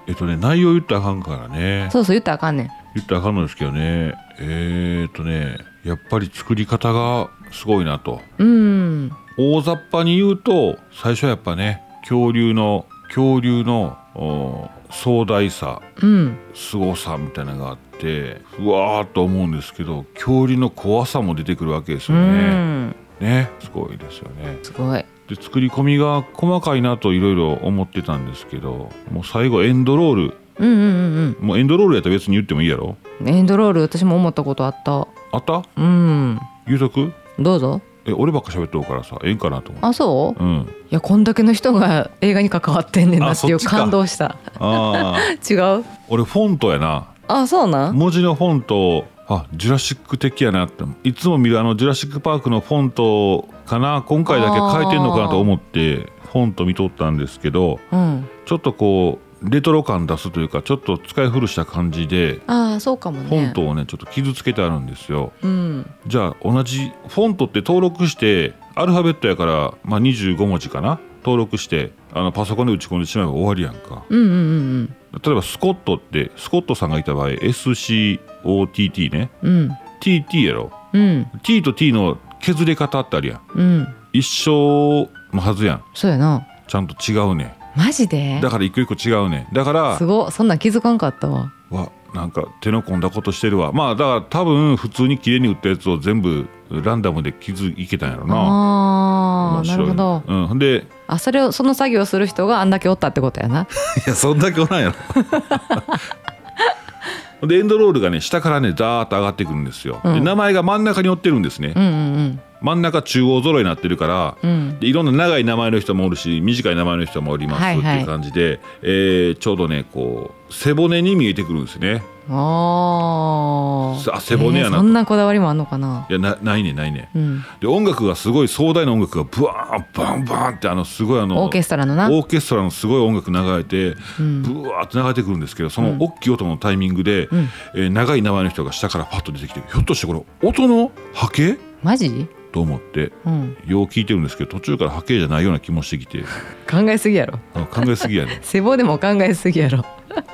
えっとね内容言ったらあかんからね
そうそう言ったらあかんねん
言ったらあかんのですけどねえー、っとねやっぱり作り方がすごいなと
うん
大雑把に言うと最初はやっぱね恐竜の恐竜のお壮大さ
うん
凄さみたいなのがあってうわーっと思うんですけど恐竜の怖さも出てくるわけです
う
よね。
ん
ねすごいですよね。
すごい
で作り込みが細かいなといろいろ思ってたんですけどもう最後エンドロール
うんうんうん
もうエンドロールやったら別に言ってもいいやろ
うんエンドロール私も思ったことあった
あった
うん
言うとく
どうぞ
え俺ばっか喋っとるからさええんかなと思って
あそう、
う
い
ん
やこんだけの人が映画に関わってんねんな
あ
ってい
そうっちか
感動した
ああ
違う
俺フォントやな
あそうなん
文字のフォントあジュラシック的やなっていつも見るあのジュラシック・パークのフォントかな今回だけ変えてんのかなと思ってフォント見とったんですけど
うん
ちょっとこうレトロ感出すというかちょっと使い古した感じで
ああそうかもね
フォントをねちょっと傷つけてあるんですよ
うん
じゃあ同じフォントって登録してアルファベットやから、まあ、25文字かな登録してあのパソコンで打ち込んでしまえば終わりやんか
うんうんうん
例えばスコットってスコットさんがいた場合 SCOTT ね
うん
TT やろ
うん
T と T の削れ方ってあるやん
うん
一緒のはずやん
そうやな
ちゃんと違うね
マジで
んだから一個一個違うねんだから
すごっそんなん気づかんかったわ
わなんか手の込んだことしてるわまあだから多分普通に綺麗に打ったやつを全部ランダムで傷いけたんやろな
あ
面
あな
白
る
い
ほど
うんほんで
あそれをその作業をする人があんだけおったってことやない
やそんだけおらんやろ ほんでエンドロールがね下からねザーッと上がってくるんですよ、
う
で
ん
名前が真ん中に寄ってるんですね、
うんうん
真ん中中央揃いになってるから、
うんうん
でいろんな長い名前の人もおるし短い名前の人もおります
はい
って
はい
いう感じで、えーちょうどねこう背骨に見えてくるんですね
あ
あ背骨やな
そんなこだわりもあんのかない
やなないねないね
うん
で音楽がすごい壮大な音楽がブワーンバンバンってあのすごいあの
オーケストラのな
オーケストラのすごい音楽流れて、
うん
ブワーって流れてくるんですけどその大きい音のタイミングで、
うん
えー長い名前の人が下からパッと出てきてひょっとしてこれ音の波形
マジ
と思って
うん
よう聞いてるんですけど途中から波形じゃないような気もしてきて
考えすぎやろ
あの考えすぎやね
背骨も考えすぎやろ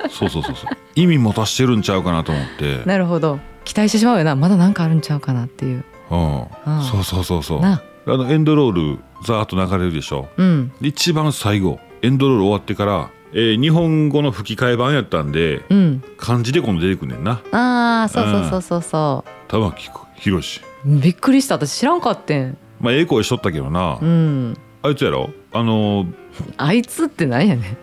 そうそうそうそう意味持たしてるんちゃうかなと思って、
なるほど期待してしまうよなまだなんかあるんちゃうかなっていう
うん
うん
そうそうそうそうあ
な
のエンドロールザーッと流れるでしょ
うん
で一番最後エンドロール終わってから、えー日本語の吹き替え版やったんで
うん
漢字で今度出てくんねんな
ああそうそうそうそうそ
玉木宏
うびっくりした私知らんかってん
まあええ声しとったけどな、
うん
あいつやろあのー
あいつってなんやねん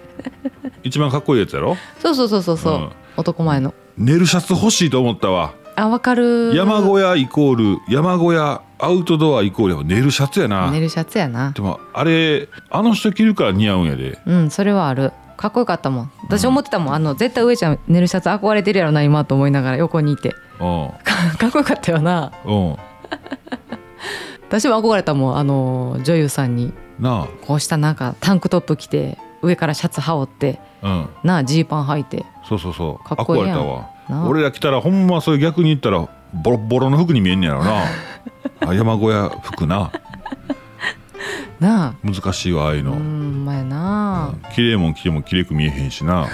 一番かっこいいやつやろ
そうそうそうそうそう、
うん
男前の
寝るシャツ欲しいと思ったわ
あわかる
山小屋イコール山小屋アウトドアイコールやっぱ寝るシャツやな
寝るシャツやな
でもあれあの人着るから似合うんやで
うんそれはあるかっこよかったもん私思ってたもん、あの絶対上ちゃん寝るシャツ憧れてるやろな今と思いながら横にいて
うん
かかっこよかったよな
うん
私も憧れたもんあの女優さんに
な
こうしたなんかタンクトップ着て上からシャツ羽織って
あうん
なあジーパン履いて
そうそうそう
かっこいい
憧れ
やん
たわ
なあ
俺ら来たらほんまそれ逆に言ったらボロッボロの服に見えんねやろ なあ山小屋服な
な
難しいわああいう
あ
の、
う
うん
んまやな、
綺麗もん着ても綺麗く見えへんしな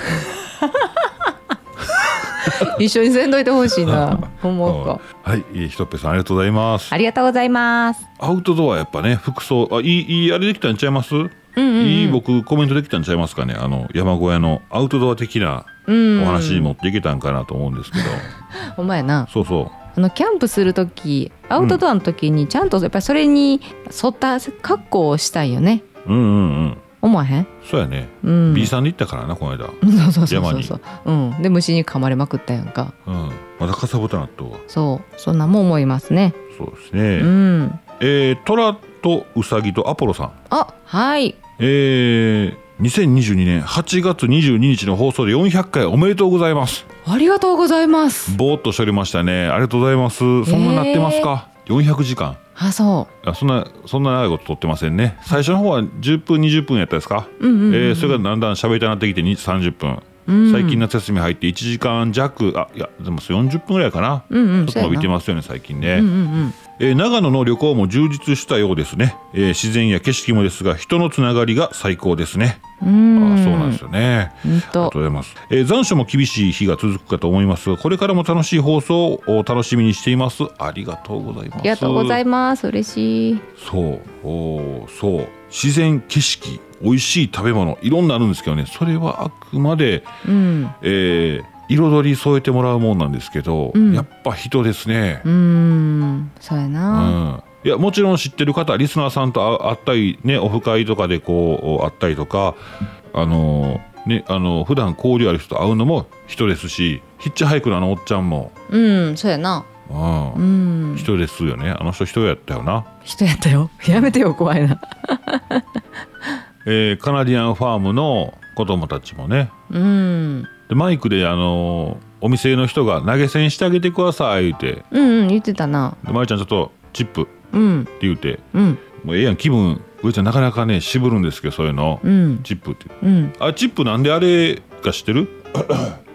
一緒にせんどいてほしい な思う
うん
か
はいえーひとっぺさんありがとうございます
ありがとうございます
アウトドアやっぱね服装あいいいいあれできたんちゃいます、
うんうん、うん、
いい僕コメントできたんちゃいますかねあの山小屋のアウトドア的な
うん
お話に持っていけたんかなと思うんですけど、
ほんまやな
そうそう
あのキャンプする時アウトドアの時にちゃんとやっぱりそれに沿った格好をしたいよね
うんうんうん
思わへん
そうやね、
うん
B さんで行ったからなこの間
そうそうそう
山
そう
に
そう、うん、で虫に噛まれまくったやんか
うんまだかさぶたなっとうわ
そうそんなんも思いますね
そうですね、
うん
えー、トラとウサギとアポロさん
あはい
えー2022年8月22日の放送で400回おめでとうございます
ありがとうございます
ぼーっとしておりましたねありがとうございますそんななってますか、400時間
あそ
あそんなそんな長いこと撮ってませんね最初の方は10分20分やったですか、
ううんうん、うん
えーそれがだんだん喋りたくなってきてに30分、
うん
最近夏休み入って1時間弱あいやでも40分ぐらいかな、
うんうん
ちょっと伸びて
ま
ますよね最近ね、
うんうんうん
えー長野の旅行も充実したようですね、えー自然や景色もですが人のつながりが最高ですねあ
うん
ーそうなんですよね
ほん
ありが
と
とうございます、えー残暑も厳しい日が続くかと思いますがこれからも楽しい放送をお楽しみにしていますありがとうございます
ありがとうございます嬉しい
そうおーそう自然景色美味しい食べ物いろんなあるんですけどねそれはあくまで、
うん
えー彩り添えてもらうもんなんですけど、
うん
やっぱ人ですね
う、ーんそうや
う
な、
んいやもちろん知ってる方リスナーさんと会会ったりねオフ会とかでこう会ったりとかあのーねあのー普段交流ある人と会うのも人ですしヒッチハイクのあのおっちゃんも
うん、そうやな。
あ
う
あ
ん
人ですよねあの人人やったよな、
人やったよ やめてよ怖いな
えーカナディアンファームの子供たちもね
うん
でマイクであのーお店の人が投げ銭してあげてください言うて
うんうん言ってたな
でまゆちゃんちょっとチップって
うん
言うて
うん
もうええやん気分上ちゃんなかなかね渋るんですけどそういうの、
うん
チップって
うん
あチップなんであれか知ってる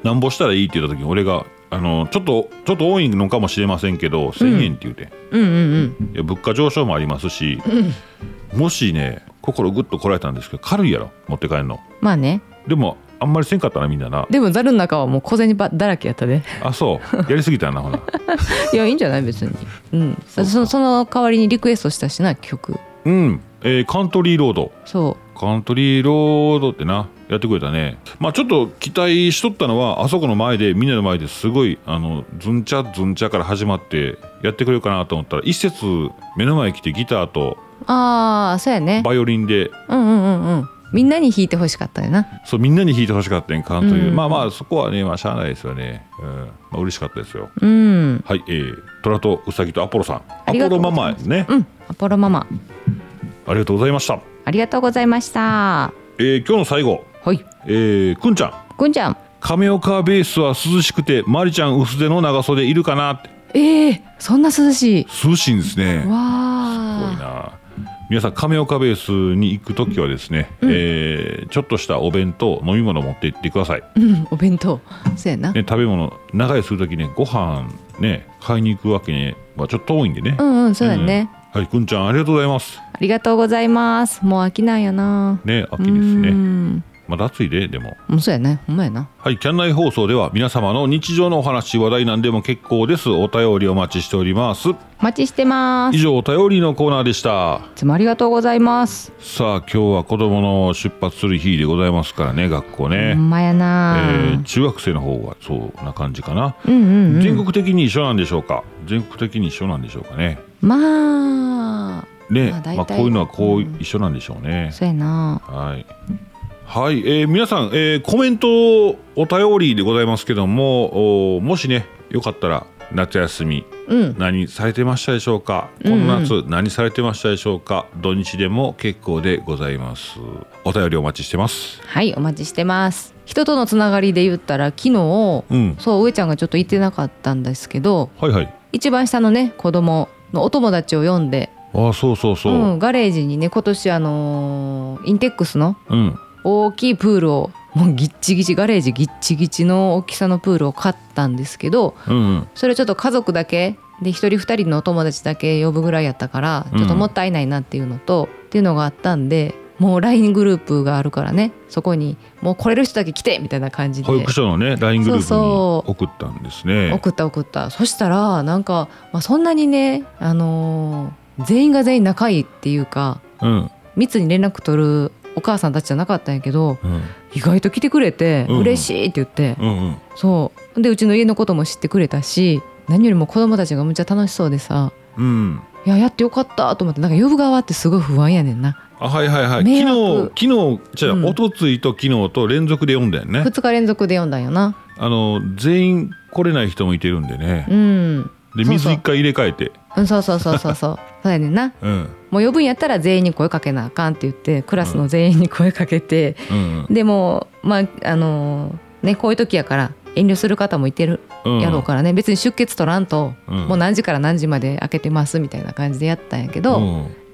なんぼしたらいいって言った時に俺があのちょっとちょっと多いのかもしれませんけど1,000円って言うて、
うんうん
いや物価上昇もありますし、もしね心グッとこられたんですけど軽いやろ持って帰るの
まあね
でもあんまりせんかったなみんなな
でもざるの中はもう小銭ばだらけやったで
あそうやりすぎたなほら
いやいいんじゃない別にうん
そうか
そその代わりにリクエストしたしな曲
うん、えーカントリーロード
そ
カントリーロードってなやってくれたねまあちょっと期待しとったのはあそこの前でみんなの前ですごいあのズンチャズンチャから始まってやってくれるかなと思ったら一節目の前に来てギターと
うああそうやね
バイオリンで
うんうんうんうんみんなに弾いてほしかったよな
そうみんなに弾いてほしかったねカントリー、
うん
まあまあそこはねまあしゃあないですよね、うんまあ嬉しかったですよ
うん
はいえー、トラとウサギとアポロさんア
あ
ポ
りがと
ロ
うご
マ
ざい
マ
ま
ですすね、
うんアポロママ
ありがとうございました
ありがとうございました
えー、今日の最後
はい
えー、くんちゃん
くんちゃん
亀岡ベースは涼しくてマリちゃん薄手の長袖いるかなって
ええそんな涼し
涼しいんですね
い
す
わ
ごい
あ
な皆さん亀岡ベースに行く時はですね、えーちょっとしたお弁当飲み物持って行ってください、ね、
うんお弁当そうやな
食べ物長居する時ねご飯ね買いに行くわけにはちょっと遠いんでね、
うんうんそうだね、
うんはいくんちゃんありがとうございます
ありがとうございますもう飽きないやな
ね
う
秋
ー
ですね
ん
まだ暑いででも
もうそうやねほんまやな
はい、キャン内放送では皆様の日常のお話、話題なんでも結構です。お便りお待ちしております。
お待ちしてます
以上、お便りのコーナーでした。
いつもありがとうございます
さあ、今日は子供の出発する日でございますからね、学校
ほ
ね。
んまや
え
な、
ー中学生の方はそうな感じかな。
うんうんうん
全国的に一緒なんでしょうか。全国的に一緒なんでしょうかね。
まあ
ね、
まあ大体
まあ、こういうのはこう
うん
一緒なんでしょうね。
そうやな
はい。はい、えー皆さん、えーコメントお便りでございますけども、おもしね、よかったら夏休み
うん
何されてましたでしょうか、
うんうん
この夏何されてましたでしょうか土日でも結構でございますお便りお待ちしてます
はいお待ちしてます人とのつながりで言ったら昨日、
うん
そう上ちゃんがちょっと行ってなかったんですけど
はいはい
一番下のね子供のお友達を呼んで
ああそうそうそう、
ん、ガレージにね今年あのーインテックスの
うん
大きいプールをもうギッチギチガレージギッチギチの大きさのプールを買ったんですけど
うんうん
それちょっと家族だけで一人二人のお友達だけ呼ぶぐらいやったから
うん
ちょっともったいないなっていうのと、っていうのがあったんでもう LINE グループがあるからねそこにもう来れる人だけ来てみたいな感じで
保育所のね LINE グループ
そう
に
そう
送ったんですね
送った送ったそしたらなんか、まあ、そんなにね、あのー全員が全員仲いいっていうか
うん
密に連絡取るお母さんたちじゃなかったんやけど
うん
意外と来てくれて
うん
嬉しいって言って、
うんうん
そうでうちの家のことも知ってくれたし何よりも子供たちがむっちゃ楽しそうでさ
うん
いややってよかったと思ってなんか呼ぶ側ってすごい不安やねんな
あはいはいはい
迷
昨
惑
日昨日じゃあ、
うん
おとついと昨日と連続で読んだよね
2日連続で読んだんよな
あの全員来れない人もいてるんでね
うん
で
そうそ
水
う
一回入れ替えて
うんそうそうそうそう そうそうやねんな
うん
もう呼ぶんやったら全員に声かけなあかんって言ってクラスの全員に声かけて、
うん
でもまああのーねこういう時やから遠慮する方もいてる
うん
やろうからね、別に出血取らんと、
うん
もう何時から何時まで開けてますみたいな感じでやったんやけど、
うん、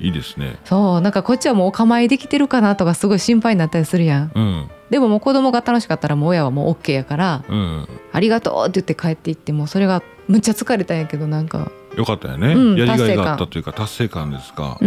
いいですね
そうなんかこっちはもうお構いできてるかなとかすごい心配になったりするやん
うん
でももう子供が楽しかったらもう親はもう OK やから
うん
「ありがとう」って言って帰っていってもうそれがむっちゃ疲れたんやけどなんか
よかったよね、
うん
やりがい
達成
が
感
あったというか達成感ですか、
う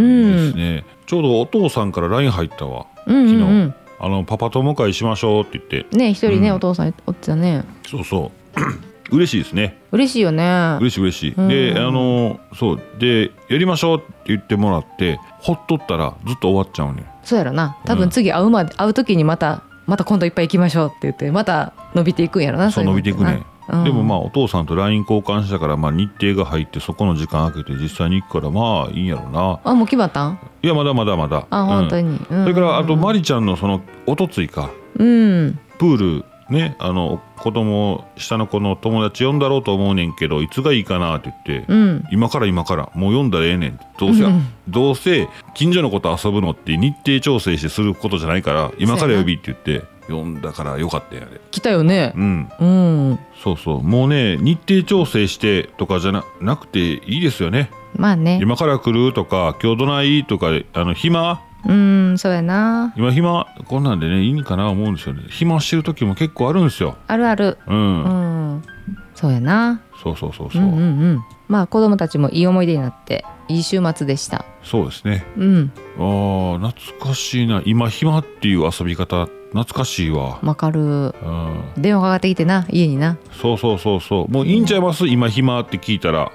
で
ん
すねちょうどお父さんから LINE 入ったわ
うんうん、うん、
あのパパ友会しましょうって言って
ね一人ね、
うん
お父さんおってたね
そうそう 嬉しいですね
嬉しいよね
嬉しい嬉しい、
うん
であのそうでやりましょうって言ってもらってほっとったらずっと終わっちゃうね
そうやろな多
うん
分次会うまで、会う時にまたまた今度いっぱい行きましょうって言ってまた伸びていくんやろな
そう伸びていくね、でもまあ
あ
お父さんと LINE 交換したから、まあ、日程が入ってそこの時間空けて実際に行くからまあいいんやろな
あもう決まったん
いやまだまだまだ
あ、本当
うん
に、うん、
それからあとマリちゃんのそのおとついか
うん
プールねあの子供下の子の友達呼んだろうと思うねんけどいつがいいかなって言って、
うん
今から今からもう読んだらええねんどうせ、
うん
どうせ近所の子と遊ぶのって日程調整してすることじゃないから今から呼びって言って読んだからよかったんやで
来たよね
うん
うん
そうそうもうね日程調整してとかじゃななくていいですよね
まあね
今から来るとか今日どないとかあの暇
うんそうやな
今暇こんなんでねいいんかな思うんですよね暇してる時も結構あるんですよ
あるある
うん、
うんそうやな
そうそうそう
う
そ
ん
う、
うんうんまあ子供たちもいい思い出になっていい週末でした
そうですね
うん
あー懐かしいな今暇っていう遊び方懐かしいわ、
わかる
うん、
電話かかってきてな家にな
そうそうそうそうもういいんちゃいます、今暇って聞いたら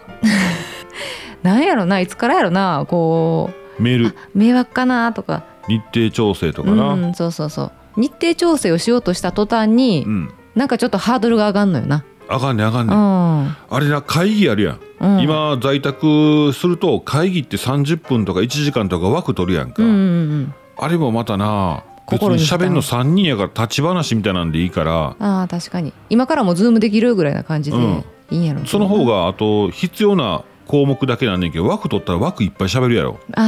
なんやろないつからやろなこ
メール
う迷惑かなとか
日程調整とかな
うんそうそうそう日程調整をしようとした途端に、
うん
なんかちょっとハードルが上がんのよな、
あかんねあかん
う
ね
ん
あれな会議あるやん、
うん
今在宅すると会議って30分とか1時間とか枠取るやんか、
うんうんうん
あれもまたな別
心
に
に負担
喋んの3人やから立ち話みたいなんでいいから
あー確かに今からもズームできるぐらいな感じで
うん
いいんやろ、う
その方があと必要な項目だけなんねんけど枠取ったら枠いっぱい喋るやろいら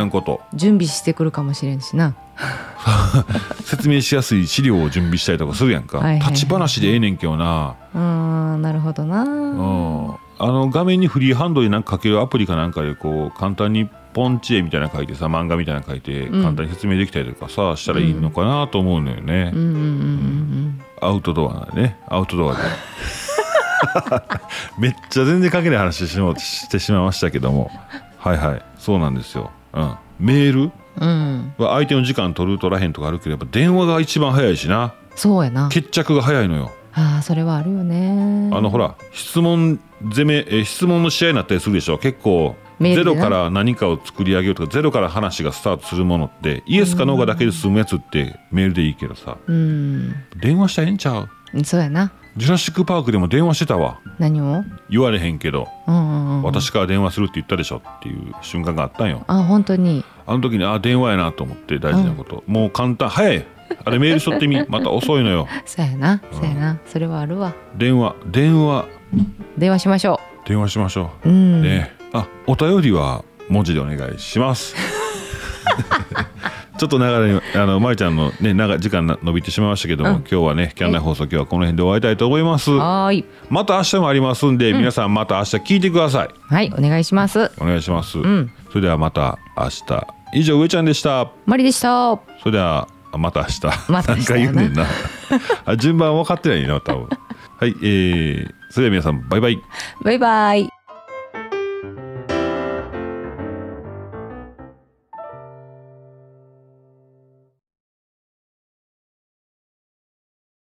あ
んこと
あ準備してくるかもしれんしな
説明しやすい資料を準備したりとかするやんか
はいはいはい
立ち話でええねんけどな、
あーなるほど
う
な
ん、あの画面にフリーハンドでなんか書けるアプリかなんかでこう簡単にポンチ絵みたいなの書いてさ漫画みたいなの書いて
うん
簡単に説明できたりとかさ、したらいいのかなと思うのよね、
うんうんうんうん
アウトドアねアウト ドアでめっちゃ全然書けない話してしまうしてしまいましたけどもはいはいそうなんですよ、うん、メール
うんうん
は相手の時間取る取らへんとかあるけどやっぱ電話が一番早いしな
そうやな
決着が早いのよ
あーそれはあるよね
あのほら質問攻めえー質問の試合になったりするでしょ結構
メー
ゼ
ルで
ロ
な
から何かを作り上げようとかゼロから話がスタートするものってイエスかノーかだけで済むやつってメールでいいけどさ
うん
電話したらええんちゃう
そうやな
ジュラシック・パークでも電話してたわ
何を
言われへんけど
うんうんうん
私から電話するって言ったでしょっていう瞬間があったんよ
あ本当に
あの時にあ電話やなと思って大事なこと、もう簡単早いあれメールしとってみまた遅いのよ
そうやなそうやなそれはあるわ
電話電話
電話しましょ
電話しましょ
うう
う、
ん、
ねあお便りは文字でお願いします ちょっと流れにあのまいちゃんのね長い時間な伸びてしまいましたけども、今日はねキャンナイ放送今日はこの辺で終わりたいと思います
はーい
また明日もありますんで、皆さんまた明日聞いてください
はいお願いします
お願いします、
ん
それではまた明日以上上ちゃんでした
マリでした
それではまた明日
また明日やな
何回言うねんなあ順番分かってないな多分はいえー、それでは皆さんバイバイ
バイバイ